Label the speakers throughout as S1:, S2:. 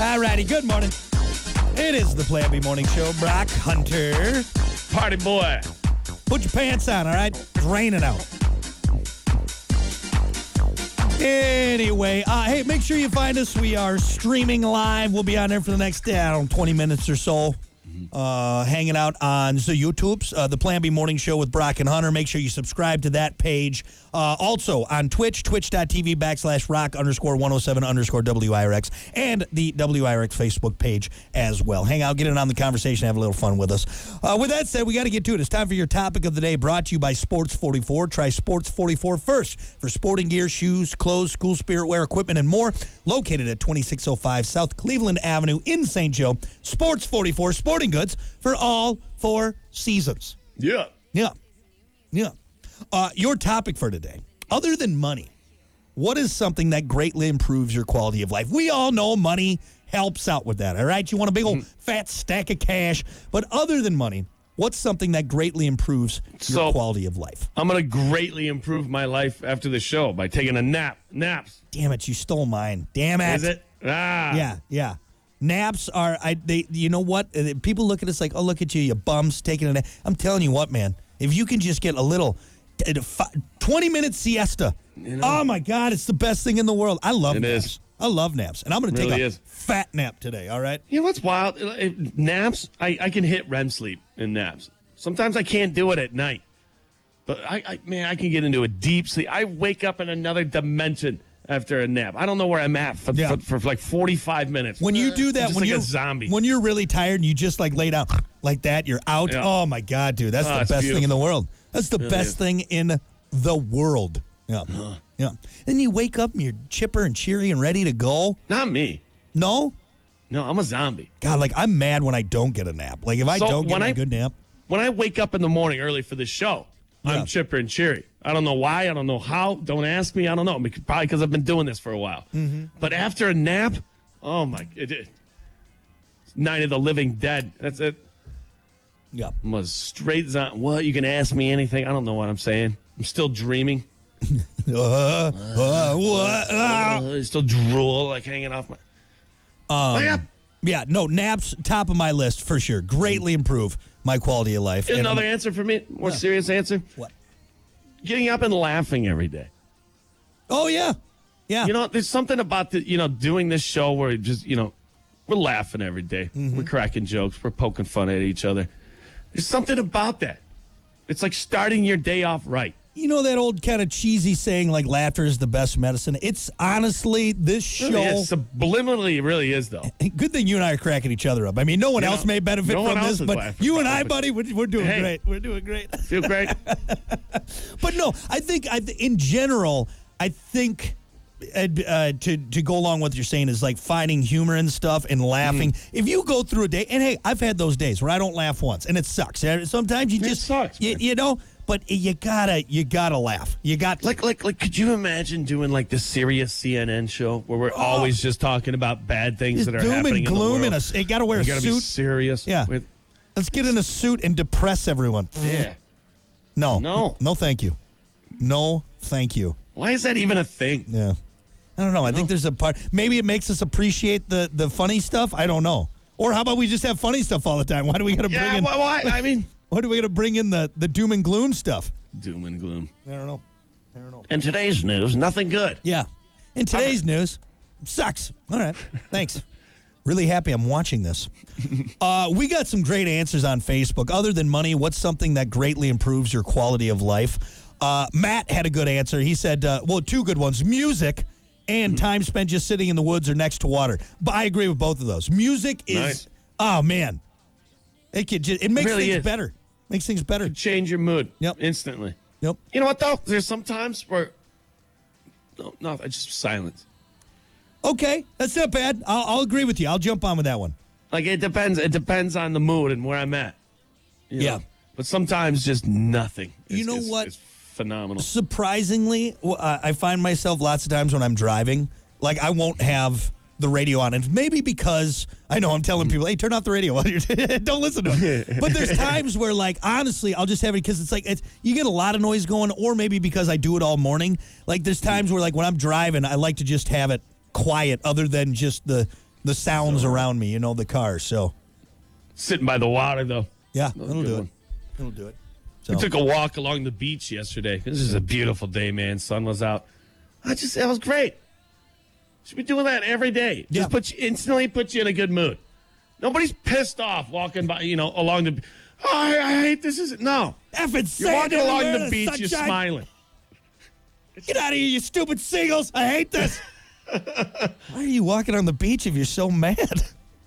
S1: Alrighty, good morning. It is the Plan B Morning Show. Brock Hunter.
S2: Party boy.
S1: Put your pants on, all right? It's raining out. Anyway, uh, hey, make sure you find us. We are streaming live. We'll be on there for the next uh, I don't know, 20 minutes or so. Uh, hanging out on the YouTubes, uh, the Plan B Morning Show with Brock and Hunter. Make sure you subscribe to that page. Uh, also on Twitch, twitch.tv backslash rock underscore 107 underscore WIRX and the WIRX Facebook page as well. Hang out, get in on the conversation, have a little fun with us. Uh, with that said, we got to get to it. It's time for your topic of the day brought to you by Sports 44. Try Sports 44 first for sporting gear, shoes, clothes, school spirit wear, equipment, and more. Located at 2605 South Cleveland Avenue in St. Joe. Sports 44 sporting goods for all four seasons.
S2: Yeah.
S1: Yeah. Yeah. Uh, your topic for today, other than money, what is something that greatly improves your quality of life? We all know money helps out with that, all right? You want a big old
S2: Mm-hmm.
S1: fat stack of cash. But other than money, what's something that greatly improves your
S2: So-
S1: quality of life?
S2: I'm gonna greatly improve my life after the show by taking a nap. Naps.
S1: Damn it, you stole mine. Damn it.
S2: Is it? Ah.
S1: Yeah, yeah. Naps are I they you know what? Uh, People look at us like, "Oh, look at you, you bums taking a nap." I'm telling you what, man. If you can just get a little t- t- fi- 20 minute siesta. oh my god, it's the best thing in the world. I love
S2: It
S1: naps.
S2: is.
S1: I love naps. And I'm going to take
S2: Really
S1: a
S2: is.
S1: fat nap today, all right?
S2: You know what's wild? It- it- Naps. I, I can hit REM sleep in naps. Sometimes I can't do it at night, but I, I man, I can get into a deep sleep. I wake up in another dimension after a nap. I don't know where I'm at for,
S1: Yeah.
S2: for, for like 45 minutes.
S1: When you do
S2: I'm
S1: that
S2: just
S1: when
S2: like
S1: you're
S2: a zombie.
S1: when you're really tired and you just like lay down like that, you're out.
S2: Yeah.
S1: Oh my god, dude. That's
S2: Oh,
S1: the
S2: it's
S1: best thing in the world. That's the best
S2: is.
S1: thing in the world. Yeah. Yeah. Then you wake up and you're chipper and cheery and ready to go.
S2: Not me.
S1: No?
S2: No, I'm a zombie.
S1: God, like I'm mad when I don't get a nap. Like if I
S2: So,
S1: don't get
S2: when
S1: a
S2: I-
S1: good nap,
S2: When I wake up in the morning early for the show,
S1: Yeah.
S2: I'm chipper and cheery. I don't know why. I don't know how. Don't ask me. I don't know. Bec- Probably because I've been doing this for a while.
S1: Mm-hmm.
S2: But after a nap, oh my, it, it, night of the living dead. That's it.
S1: yeah,
S2: I'm a straight zombie. What? You can ask me anything. I don't know what I'm saying. I'm still dreaming.
S1: uh, uh, what? Uh. Um,
S2: Uh, I still drool, like hanging off my. Oh, Wake up.
S1: yeah, no naps top of my list for sure. Greatly improve my quality of life. And
S2: Another
S1: I'm-
S2: answer for me. More serious answer.
S1: what?
S2: Getting up and laughing every day.
S1: Oh yeah, yeah.
S2: you know, there's something about the you know doing this show where it just you know we're laughing every day.
S1: Mm-hmm.
S2: we're cracking jokes, we're poking fun at each other. There's something about that. It's like starting your day off right.
S1: You know that old kind of cheesy saying like laughter is the best medicine. It's honestly this show.
S2: Really is. Subliminally, it really is though.
S1: Good thing you and I are cracking each other up. I mean, no one
S2: You know,
S1: else may benefit
S2: no one
S1: from
S2: else
S1: this,
S2: is
S1: but
S2: laughing.
S1: you and I, buddy, we're, we're doing
S2: Hey.
S1: great. We're doing great.
S2: Feel great.
S1: But no, I think I th- in general, I think uh, uh, to to go along with what you're saying is like finding humor and stuff and laughing.
S2: Mm-hmm.
S1: If you go through a day, and hey, I've had those days where I don't laugh once, and it sucks. Uh, Sometimes you
S2: It
S1: just
S2: sucks,
S1: you,
S2: man.
S1: you know. But you gotta you gotta laugh. You got
S2: like, like, like. Could you imagine doing like the serious CNN show where we're always just talking about bad things
S1: It's
S2: that are
S1: Oh. doom and
S2: happening
S1: gloom and
S2: in the
S1: a
S2: world?
S1: s- you gotta wear
S2: You
S1: a
S2: gotta be
S1: suit.
S2: serious.
S1: Yeah.
S2: With,
S1: Let's get in a suit and depress everyone.
S2: yeah.
S1: No,
S2: No.
S1: no, thank you. No, thank you.
S2: Why is that even a thing?
S1: Yeah. I don't know. I think there's a part. Maybe it makes us appreciate the the funny stuff. I don't know. Or how about we just have funny stuff all the time? Why do we got to bring
S2: Yeah.
S1: in?
S2: Why? why? I mean,
S1: Why do we got to bring in the the doom and gloom stuff?
S2: doom and gloom.
S1: I don't know. I don't know.
S2: In today's news, nothing good.
S1: Yeah. In today's news, sucks. All right. Thanks. really happy I'm watching this. Uh, we got some great answers on Facebook. Other than money, what's something that greatly improves your quality of life? Uh, Matt had a good answer. He said, uh, well, two good ones music and
S2: Mm-hmm.
S1: time spent just sitting in the woods or next to water. But I agree with both of those. Music is,
S2: Nice.
S1: oh, man. It, could ju- it makes
S2: really
S1: things
S2: is.
S1: better. Makes things better.
S2: change your mood
S1: Yep.
S2: instantly.
S1: Yep.
S2: You know what though? There's sometimes where no, no, I just silence.
S1: Okay. That's not bad. I'll, I'll agree with you. I'll jump on with that one.
S2: Like it depends. It depends on the mood and where I'm at. you
S1: Yeah.
S2: know? But sometimes just nothing.
S1: You know what?
S2: It's phenomenal.
S1: surprisingly, w- uh, I find myself lots of times when I'm driving, like I won't have the radio on, and maybe because I know I'm telling people, "Hey, turn off the radio while you're don't listen to it." but there's times where, like, honestly, I'll just have it because it's like it's you get a lot of noise going, or maybe because I do it all morning. Like, there's times where, like, when I'm driving, I like to just have it quiet, other than just the the sounds around me, you know, the car. So,
S2: Sitting by the water, though.
S1: yeah,
S2: That was a
S1: it'll
S2: good
S1: do it.
S2: one.
S1: It'll do it.
S2: We
S1: So-
S2: took a walk along the beach yesterday. This is a beautiful day, man. Sun was out. I just that was great. Should be doing that every day.
S1: Yeah.
S2: Just put you instantly put you in a good mood. Nobody's pissed off walking by, you know, along the. Oh, I, I hate this. Is no.
S1: F it's
S2: You're
S1: sand
S2: walking
S1: everywhere,
S2: along the beach. You're
S1: sunshine.
S2: smiling.
S1: Get out of here, you stupid seagulls. I hate this. Why are you walking on the beach if you're so mad?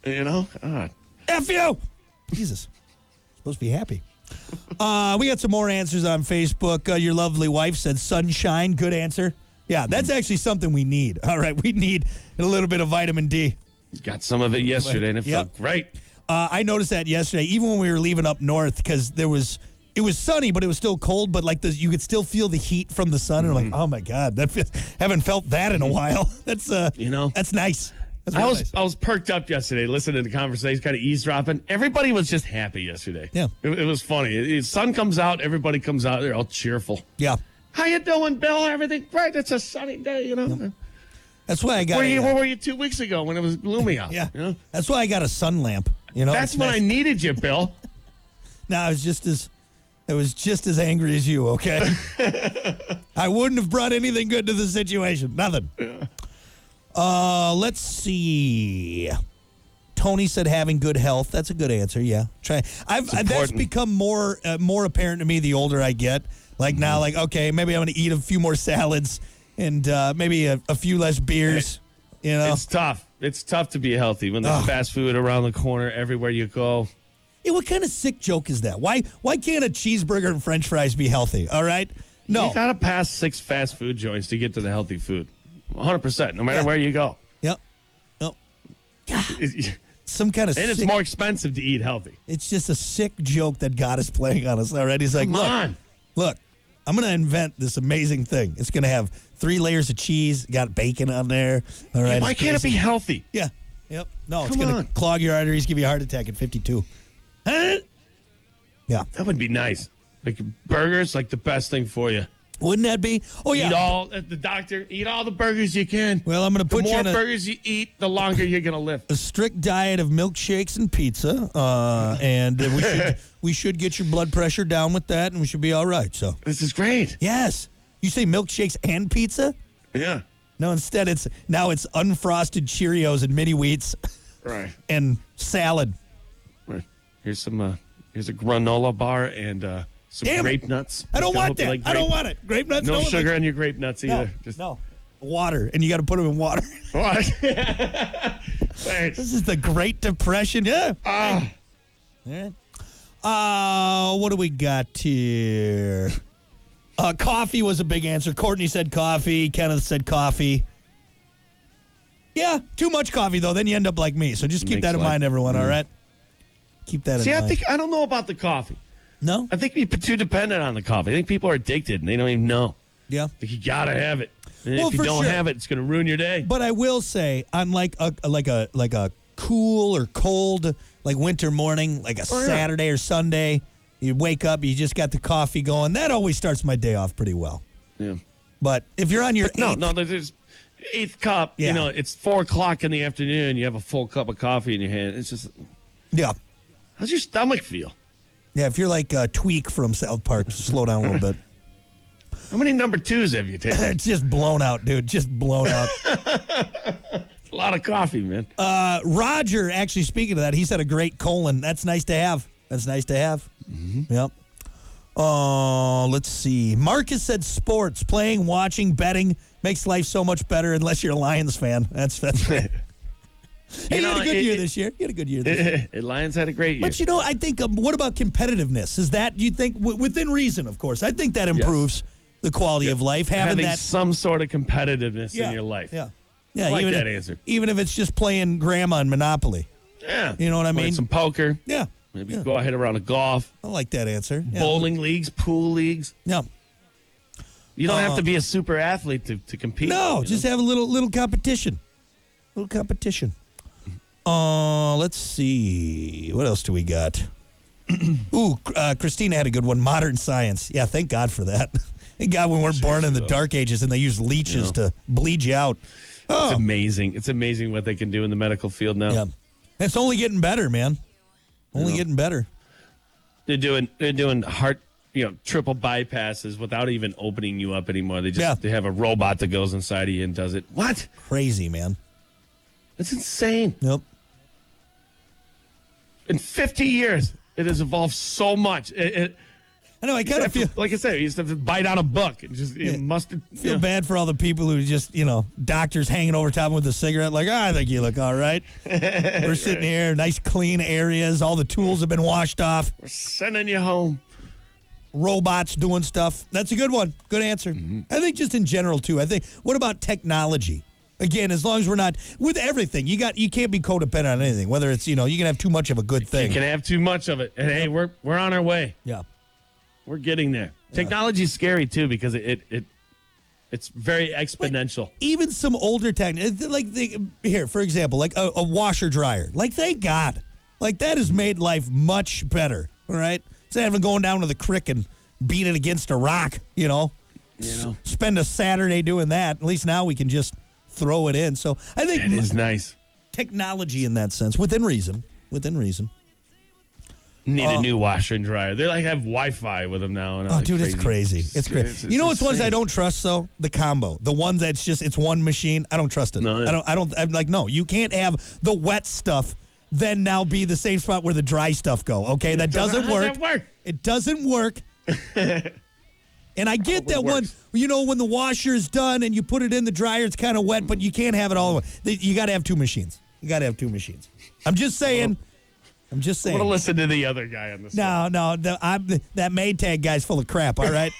S2: You know. Ah, God.
S1: F you. Jesus. Supposed to be happy. Uh, we got some more answers on Facebook. Uh, your lovely wife said sunshine. Good answer. Yeah, that's actually something we need. All right, we need a little bit of vitamin D.
S2: Got some of it yesterday, and it
S1: Yep.
S2: felt great.
S1: Uh, I noticed that yesterday, even when we were leaving up north, because there was it was sunny, but it was still cold. But like the, you could still feel the heat from the sun. And
S2: Mm-hmm.
S1: like, oh my god, that feels, haven't felt that in a while. That's uh,
S2: You know?
S1: that's nice. That's
S2: I
S1: real
S2: was
S1: nice.
S2: I was perked up yesterday listening to the conversation, kind of eavesdropping. Everybody was just happy yesterday.
S1: Yeah.
S2: it, it was funny. It, it- sun comes out, everybody comes out. They're all cheerful.
S1: yeah.
S2: How you doing, Bill? Everything great? It's a sunny day, you know.
S1: That's why I got.
S2: Where, you,
S1: a, uh,
S2: where were you two weeks ago when it was gloomy out?
S1: yeah,
S2: you know?
S1: that's why I got a sun lamp. You know,
S2: That's
S1: It's
S2: when
S1: nice.
S2: I needed you, Bill.
S1: No, I was just as I was just as angry as you, okay? I wouldn't have brought anything good to the situation. Nothing. Uh let's see. Tony said having good health. That's a good answer. Yeah. Try. I've I- that's
S2: important.
S1: become more uh, more apparent to me the older I get.
S2: Mm-hmm.
S1: Like now like okay, maybe I'm going to eat a few more salads and uh, maybe a, a few less beers, you know.
S2: It's tough. It's tough to be healthy when there's
S1: Ugh.
S2: fast food around the corner everywhere you go.
S1: Hey, what kind of sick joke is that? Why why can't a cheeseburger and french fries be healthy? All right? No.
S2: You gotta pass six fast food joints to get to the healthy food. 100, percent no matter
S1: Yeah.
S2: where you go.
S1: Yep. Nope.
S2: It-
S1: some kind of
S2: and it's
S1: sick-
S2: more expensive to eat healthy.
S1: it's just a sick joke that God is playing on us already. He's like,
S2: Come
S1: look,
S2: on.
S1: look, I'm gonna invent this amazing thing. It's gonna have three layers of cheese, got bacon on there. All right.
S2: Why
S1: it's
S2: can't it
S1: crazy.
S2: be healthy?
S1: Yeah. Yep. No, it's
S2: Come
S1: gonna
S2: on.
S1: clog your arteries, give you a heart attack at 52. Huh? Yeah.
S2: That would be nice. Like burgers, like the best thing for you.
S1: Wouldn't that be? Oh yeah.
S2: Eat all at the doctor. Eat all the burgers you can.
S1: Well, I'm gonna
S2: the
S1: put you
S2: more
S1: in a-
S2: burgers you eat, the longer you're gonna live.
S1: a strict diet of milkshakes and pizza, uh, and we should we should get your blood pressure down with that, and we should be all right. So
S2: This is great.
S1: yes, you say milkshakes and pizza?
S2: Yeah.
S1: No, instead it's now it's unfrosted Cheerios and mini wheats
S2: Right.
S1: and salad.
S2: Right. Here's some. Uh, here's a granola bar and uh, some
S1: Damn it.
S2: grape nuts.
S1: I don't
S2: Gotta
S1: want
S2: hope you
S1: that.
S2: like
S1: I don't
S2: grape-
S1: want it. Grape nuts.
S2: No
S1: one
S2: sugar
S1: likes-
S2: on your grape nuts
S1: No,
S2: either. Just
S1: no. Water, and you got to put them in water.
S2: Thanks.
S1: this is the Great Depression. Yeah.
S2: Ah.
S1: All right. Uh, what do we got here? Uh, coffee was a big answer. Courtney said coffee. Kenneth said coffee. Yeah, too much coffee though. Then you end up like me. So just keep
S2: Makes
S1: that in
S2: life-
S1: mind, everyone. All right. Keep that
S2: See,
S1: in
S2: I
S1: mind.
S2: think I don't know about the coffee.
S1: no.
S2: I think we're too dependent on the coffee. I think people are addicted and they don't even know.
S1: Yeah.
S2: Like you gotta have it. And
S1: Well,
S2: if you
S1: for
S2: don't
S1: sure.
S2: have it, it's gonna ruin your day.
S1: But I will say, unlike a like a like a cool or cold like winter morning, like a
S2: Oh, yeah.
S1: Saturday or Sunday, you wake up, you just got the coffee going. That always starts my day off pretty well.
S2: Yeah.
S1: But if you're on your
S2: No,
S1: eighth-
S2: no, there's- there's eighth cup.
S1: Yeah.
S2: You know, it's four o'clock in the afternoon. You have a full cup of coffee in your hand. It's just,
S1: yeah,
S2: how's your stomach feel?
S1: yeah, if you're like uh, Tweak from South Park, slow down a little bit.
S2: How many number twos have you taken?
S1: It's just blown out, dude. Just blown out.
S2: a lot of coffee, man.
S1: Uh, Roger, actually speaking of that, he said a great colon. That's nice to have. That's nice to have. Yep. Oh, let's see. Marcus said sports, playing, watching, betting makes life so much better unless you're a Lions fan. That's that's. hey, you, had
S2: know,
S1: a good
S2: it-
S1: year
S2: it-
S1: this year. You had a good year this year.
S2: Lions had a great year.
S1: But you know, I think. Um, what about competitiveness? Is that you think w- within reason? Of course, I think that improves the quality of life having,
S2: Having
S1: that
S2: some sort of competitiveness in your life.
S1: Yeah, yeah.
S2: like
S1: even
S2: that
S1: if,
S2: answer.
S1: Even if it's just playing grandma and Monopoly.
S2: Yeah.
S1: You know what I
S2: Play
S1: mean?
S2: Some poker.
S1: Yeah,
S2: Maybe
S1: yeah.
S2: go ahead around a golf,
S1: I like that answer. Yeah.
S2: bowling leagues, pool leagues.
S1: No,
S2: You don't have to be a super athlete to, to compete. you
S1: Uh-uh. no,
S2: know?
S1: just have a little little competition, little competition. Uh, let's see. What else do we got? Ooh, uh, Christina had a good one. Modern science. Yeah, thank God for that. thank God we weren't born in the dark ages and they used leeches to bleed you out.
S2: It's amazing. It's amazing what they can do in the medical field now.
S1: Yeah. It's only getting better, man. Only getting better.
S2: They're doing they're doing heart you know triple bypasses without even opening you up anymore. They just
S1: Yeah.
S2: they have a robot that goes inside of you and does it. What?
S1: Crazy, man.
S2: That's insane.
S1: Yep.
S2: In 50 years, it has evolved so much. It, it,
S1: I know. I kind of feel
S2: like I said, you used to have to bite out a book and just
S1: Yeah.
S2: it mustard.
S1: feel
S2: yeah.
S1: bad for all the people who just, you know, doctors hanging over top with a cigarette, like, "Ah, I think you look all right. We're sitting here, nice clean areas. All the tools have been washed off.
S2: We're sending you home.
S1: Robots doing stuff. That's a good one. Good answer.
S2: Mm-hmm.
S1: I think just in general too. I think. What about technology? Again, as long as we're not with everything, you got you can't be codependent on anything. Whether it's you know you can have too much of a good
S2: You
S1: thing.
S2: can have too much of it. And hey, we're we're on our way.
S1: yeah.
S2: We're getting there. Technology's scary too because it it, it it's very exponential.
S1: even some older tech, uh, like the, here for example, like a, a washer dryer. Like thank God, like that has made life much better. All right, instead of going down to the creek and beat it against a rock, you know,
S2: You know.
S1: S- spend a Saturday doing that. At least now we can just throw it in. So I think
S2: It is nice.
S1: technology in that sense, within reason, within reason.
S2: Need a new washer and dryer. They like have Wi-Fi with them now. And
S1: Oh,
S2: I'm like,
S1: dude, it's crazy. It's crazy. You know what's ones I
S2: insane.
S1: don't trust though? The combo, the one that's just it's one machine. I don't trust it.
S2: No, yeah.
S1: I don't. I don't. I'm like, no, you can't have the wet stuff then now be the same spot where the dry stuff go. Okay, that
S2: doesn't-
S1: doesn't
S2: how
S1: work.
S2: does that work?
S1: It doesn't work. and I get that one.
S2: works.
S1: You know, when the washer is done and you put it in the dryer, it's kind of wet, but you can't have it all. the- You got to have two machines. You got to have two machines. I'm just saying. I'm just
S2: I'm
S1: saying.
S2: gonna listen to the other guy on this. one.
S1: No, no, the, I'm, that Maytag guy's full of crap. All right,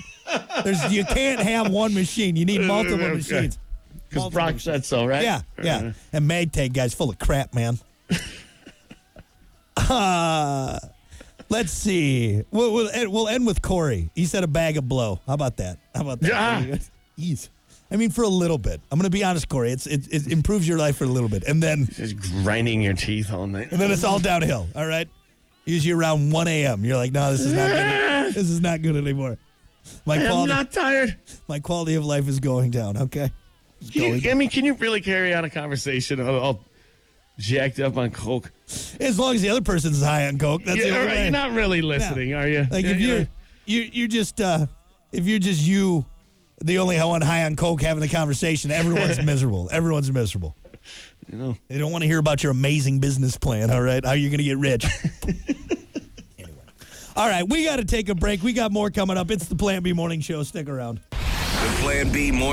S1: There's, you can't have one machine. You need multiple
S2: Okay. Uh-huh.
S1: machines.
S2: Because Brock said so, right?
S1: Yeah, yeah. And Maytag guy's full of crap, man. Uh, let's see. We'll, we'll, end, we'll end with Corey. He said a bag of blow. How about that? How about that?
S2: Yeah.
S1: Ease. I mean, for a little bit. I'm going to be honest, Corey. It's, it, it improves your life for a little bit, and then
S2: Just grinding your teeth all night.
S1: and then it's all downhill. All right. Usually around 1 a.m. You're like, no, this is not good. This is not good anymore. My
S2: I'm
S1: quality,
S2: not tired.
S1: my quality of life is going down. Okay. It's
S2: Can
S1: going
S2: you, I mean, can you really carry on a conversation all, all jacked up on coke?
S1: As long as the other person's high on coke, that's
S2: Yeah,
S1: the
S2: all
S1: only
S2: right,
S1: way.
S2: you're not really listening, are you?
S1: like if
S2: You're-
S1: you're you you just uh, if you're just you, the only one high on coke having the conversation, everyone's miserable. Everyone's miserable.
S2: you know,
S1: They don't want to hear about your amazing business plan, all right? How you're going to get rich. Anyway. All right, we got to take a break. We got more coming up. It's the Plan B Morning Show. Stick around.
S3: The Plan B morning.